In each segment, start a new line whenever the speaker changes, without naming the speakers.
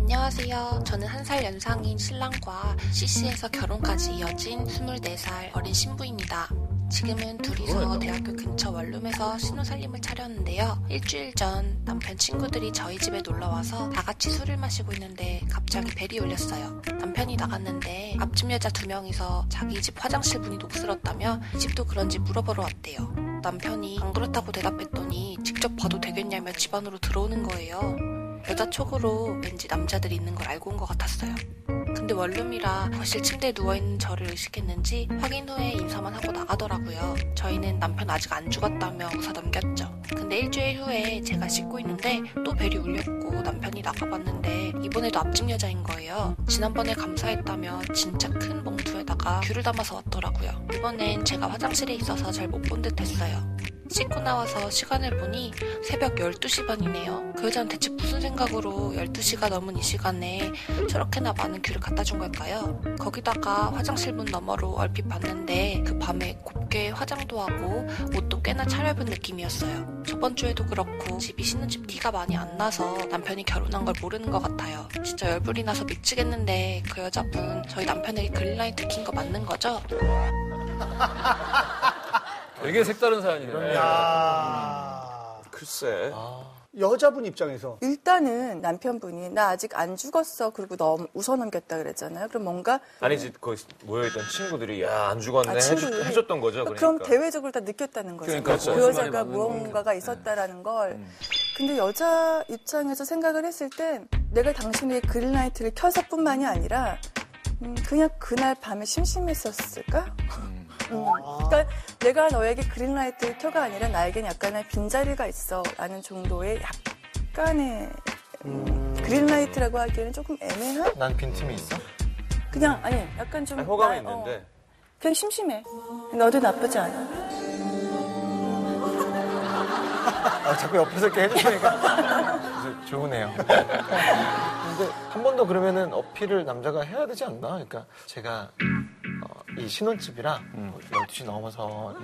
안녕하세요. 저는 한 살 연상인 신랑과 CC에서 결혼까지 이어진 24살 어린 신부입니다. 지금은 둘이서 대학교 근처 원룸에서 신혼살림을 차렸는데요. 일주일 전 남편 친구들이 저희 집에 놀러와서 다 같이 술을 마시고 있는데 갑자기 벨이 울렸어요. 남편이 나갔는데 앞집 여자 두 명이서 자기 집 화장실 문이 녹슬었다며 이 집도 그런지 물어보러 왔대요. 남편이 안 그렇다고 대답했더니 직접 봐도 되겠냐며 집 안으로 들어오는 거예요. 여자 촉으로 왠지 남자들이 있는 걸 알고 온 것 같았어요. 근데 원룸이라 거실 침대에 누워있는 저를 의식했는지 확인 후에 인사만 하고 나가더라고요. 저희는 남편 아직 안 죽었다며 웃어 넘겼죠. 근데 일주일 후에 제가 씻고 있는데 또 벨이 울렸고 남편이 나가봤는데 이번에도 앞집 여자인 거예요. 지난번에 감사했다며 진짜 큰 봉투에다가 귤을 담아서 왔더라고요. 이번엔 제가 화장실에 있어서 잘 못 본 듯 했어요. 씻고 나와서 시간을 보니 새벽 12시 반이네요. 그 여자는 대체 무슨 생각으로 12시가 넘은 이 시간에 저렇게나 많은 귤을 갖다 준 걸까요? 거기다가 화장실 문 너머로 얼핏 봤는데 그 밤에 곱게 화장도 하고 옷도 꽤나 차려입은 느낌이었어요. 저번 주에도 그렇고 집이 신혼집 티가 많이 안 나서 남편이 결혼한 걸 모르는 것 같아요. 진짜 열불이 나서 미치겠는데 그 여자분 저희 남편에게 그린라이트 킨 거 맞는 거죠?
되게 색다른 사연이네.
야
글쎄.
여자분
그렇죠.
입장에서
일단은 남편분이 나 아직 안 죽었어. 그리고 너무 웃어 넘겼다 그랬잖아요. 그럼 뭔가
아니지, 거기 모여있던 친구들이, 야, 안 죽었네.
아,
해주,
친구들이-
해줬던 거죠.
그럼
그러니까.
대외적으로 다 느꼈다는 거죠.
그러니까
그
그렇죠.
여자가 무언가가 있었다라는 걸.
음.
근데 여자 입장에서 생각을 했을 땐 내가 당신에게 그린라이트를 켜서뿐만이 아니라 음, 그냥 그날 밤에 심심했었을까? 음. 그러니까 내가 너에게 그린라이트를 켜가 아니라 나에겐 약간의 빈자리가 있어라는 정도의 약간의 음, 그린라이트라고 하기에는 조금 애매한?
난 빈틈이 있어?
그냥 아니 약간 좀
아니, 호감이
나- 어.
있는데.
그냥 심심해. 너도 나쁘지 않아.
아, 자꾸 옆에서 이렇게 해주니까 좋으네요. 근데 한 번 더 그러면은 어필을 남자가 해야 되지 않나? 그러니까 제가 어, 이 신혼집이라 뭐 12시 넘어서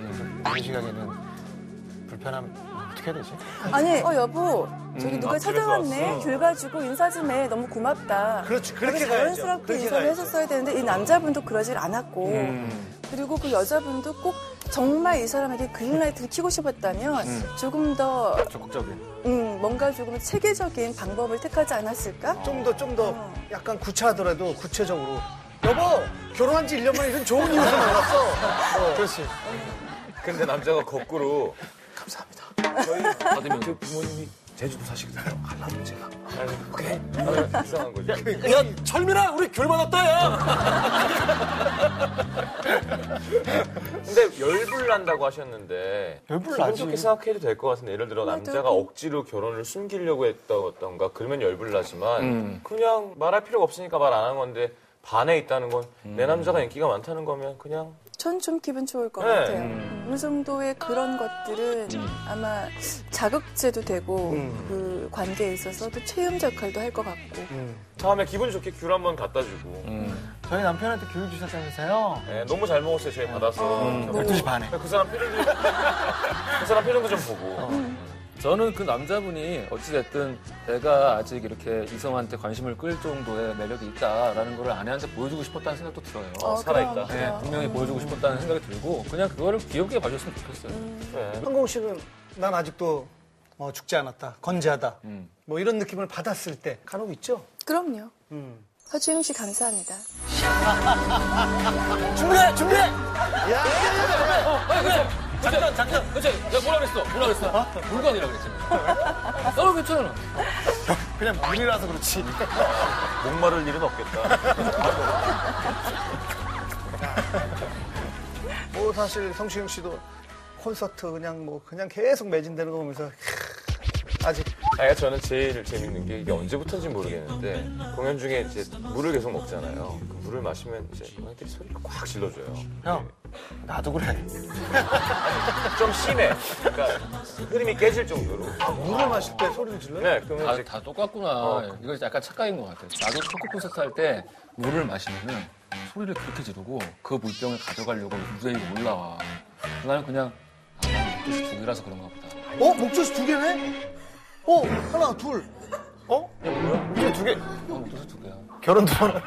이 시각에는 불편함 어떻게 해야 되지?
아니, 어, 여보, 저기
음,
누가
아,
찾아왔네.
그래서
귤 가지고 인사 좀 해. 너무 고맙다.
그렇지,
되게
그렇게 가야죠.
자연스럽게
그렇게
인사를
가야죠. 음.
했었어야 되는데 이 남자분도 그러질 않았고 그리고 그 여자분도 꼭 정말 이 사람에게 그린라이트를 켜고 싶었다면
음.
조금 더
적극적인.
음, 뭔가 조금 체계적인 방법을 택하지 않았을까?
좀 더 좀 더 약간 구차하더라도 구체적으로 여보 결혼한 지 1년 만에 이런 좋은 이웃을 만났어.
그렇지.
근데 남자가 거꾸로,
받으면
제 부모님이 제주도 사시거든요. 갈라면 제가. 아유, 오케이. 아, 이상한 거죠.
야, 그 철민아, 우리 귤 받았다, 야!
근데 열불 난다고 하셨는데.
열불
기분
나지.
좋게 생각해도 될 것 같은데 예를 들어 남자가 억지로 결혼을 숨기려고 했다던가 그러면 열불 나지만 그냥 말할 필요가 없으니까 말 안 한 건데 반에 있다는 건 내 남자가 인기가 많다는 거면 그냥
전 좀 기분 좋을 것
네.
같아요.
음,
어느 정도의 그런 것들은 아마 자극제도 되고 그 관계에 있어서도 체험 역할도 할 것 같고
다음에 기분 좋게 귤 한번 갖다 주고
음.
저희 남편한테 귤 주셨다면서요?
네, 너무 잘 먹었어요 저희 받아서
뭐.
12시 반에.
그 사람 표정도 그 사람 표정도 좀 보고
어.
저는 그 남자분이 어찌됐든 내가 아직 이렇게 이성한테 관심을 끌 정도의 매력이 있다라는 걸 아내한테 보여주고 싶었다는 생각도 들어요.
어, 살아있다.
그럼,
네,
그럼.
분명히 보여주고 싶었다는 생각이 들고 그냥 그거를 귀엽게 봐줬으면 좋겠어요.
네.
한공 씨는 난 아직도 어, 죽지 않았다, 건재하다, 뭐 이런 느낌을 받았을 때 간혹 있죠.
그럼요. 서지웅 씨 감사합니다.
준비해! 준비해!
장난, 장난. 그치? 내가 네, 뭐라 그랬어? 뭐라 그랬어? 물건이라고 그랬잖아. 어, 괜찮아.
그냥 물이라서 그렇지.
목마를 일은 없겠다 아,
뭐 사실 성시경 씨도 콘서트 그냥 뭐 그냥 계속 매진되는 거 보면서 캬, 아직
아니, 그러니까 저는 제일 재밌는 게 이게 언제부터인지 모르겠는데 공연 중에 이제 물을 계속 먹잖아요 그 물을 마시면 이제 애들이 소리를 꽉 질러줘요
형, 나도 그래.
좀 심해. 그러니까 흐름이 깨질 정도로.
아, 물을 마실 때 소리를 질러요. 아,
네,
다,
그러면 이제
다 똑같구나. 이거 약간 착각인 것 같아요. 나도 초코 콘서트 할 때 물을 마시면은 소리를 그렇게 지르고 그 물병을 가져가려고 무대 위로 올라와. 나는 그냥 아, 나는 목젖이 두 개라서 그런가 보다.
어 목젖이 두 개네? 어 하나 둘.
어?
이게 뭐야?
이게 두 개,
어, 도서 두 개야.
결혼 두 번.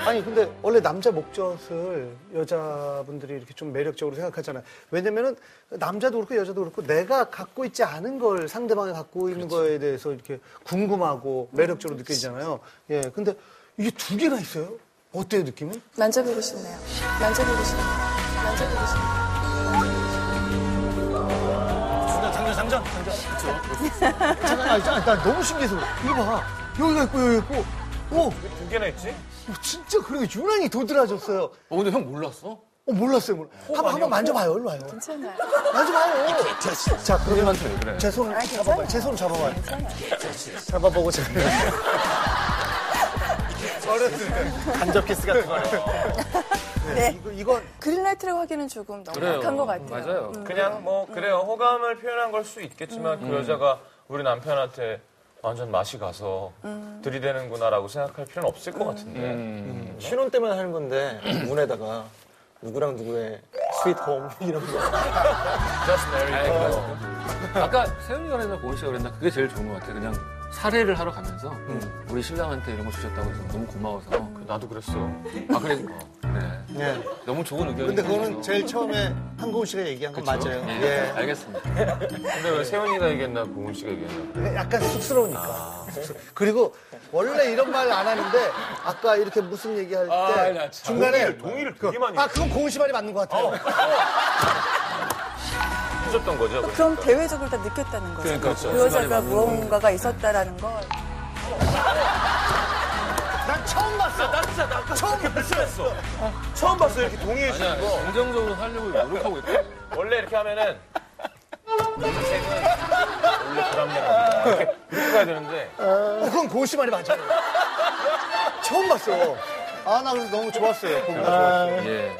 아니 근데 원래 남자 목젖을 여자분들이 이렇게 좀 매력적으로 생각하잖아요. 왜냐면은 남자도 그렇고 여자도 그렇고 내가 갖고 있지 않은 걸 상대방이 갖고 있는 거에 대해서 이렇게 궁금하고 매력적으로 느끼잖아요. 예, 근데 이게 두 개나 있어요. 어때요 느낌은?
만져보고 싶네요. 만져보고 싶네요. 만져보고 싶네요.
장전, 장전, 장전. 장전, 아니, 나, 나 너무 신기해서 그래. 이거 봐. 여기가 있고 여기 있고. 오, 오,
두 개나 있지?
진짜 그러게 유난히 도드라졌어요.
어, 근데 형 몰랐어?
어, 몰랐어요, 몰라. 한번 한번 만져봐요, 일로 와요.
괜찮아요.
만져봐요. 자, 그러면
형한테 왜 그래?
제 손을 잡아봐요. 제 손을 잡아봐요. 잡아보고 제가. 어렸을 때. 네.
간접 키스 같은 거.
이거, 이건
그린라이트라고 하기는 조금 너무
그래요.
약한 것 같아요. 음.
맞아요.
그냥 뭐 그래요 호감을 표현한 걸 수 있겠지만 그 여자가 우리 남편한테 완전 맛이 가서 들이대는구나라고 생각할 필요는 없을 것 같은데
음.
신혼 때만 하는 건데 문에다가 누구랑 누구의 스윗홈 이런 거.
Just marry
아이,
me.
그래서 아까 세훈이가 그랬나 고은 씨가 그랬나 그게 제일 좋은 것 같아. 그냥 사례를 하러 가면서 우리 신랑한테 이런 거 주셨다고 해서 너무 고마워서.
나도 그랬어
아 그래. 네.
네.
너무 좋은 의견이.
근데 그거는 제일 처음에 한고은 씨가 얘기한 건 맞아요. 예.
알겠습니다.
근데 왜 세훈이가 얘기했나 고은 씨가 얘기했나
약간 쑥스러우니까. 쑥스러워. 그리고 원래 이런 말 안 하는데 아까 이렇게 무슨 얘기할 때
아, 나 참.
중간에
동의를 되게 많이 어.
아 그건 고은 씨 말이 맞는 것 같아요.
해줬던 거죠 그러니까.
그럼 대외적으로 다 느꼈다는 거죠.
그러니까
그 여자가 무언가가 있었다라는 걸.
난 처음 봤어.
나 진짜 나 아까 처음 봤어 처음 봤어 이렇게 동의해
아니야,
주는 거
긍정적으로 하려고 노력하고 있다.
원래 이렇게 하면은 인생은 원래 불합리합니다 이렇게 이렇게 가야 되는데
어, 그건 고은 씨 말이 맞아요. 처음 봤어. 아 나 그래서 너무 좋았어요. 보고 나서.
예.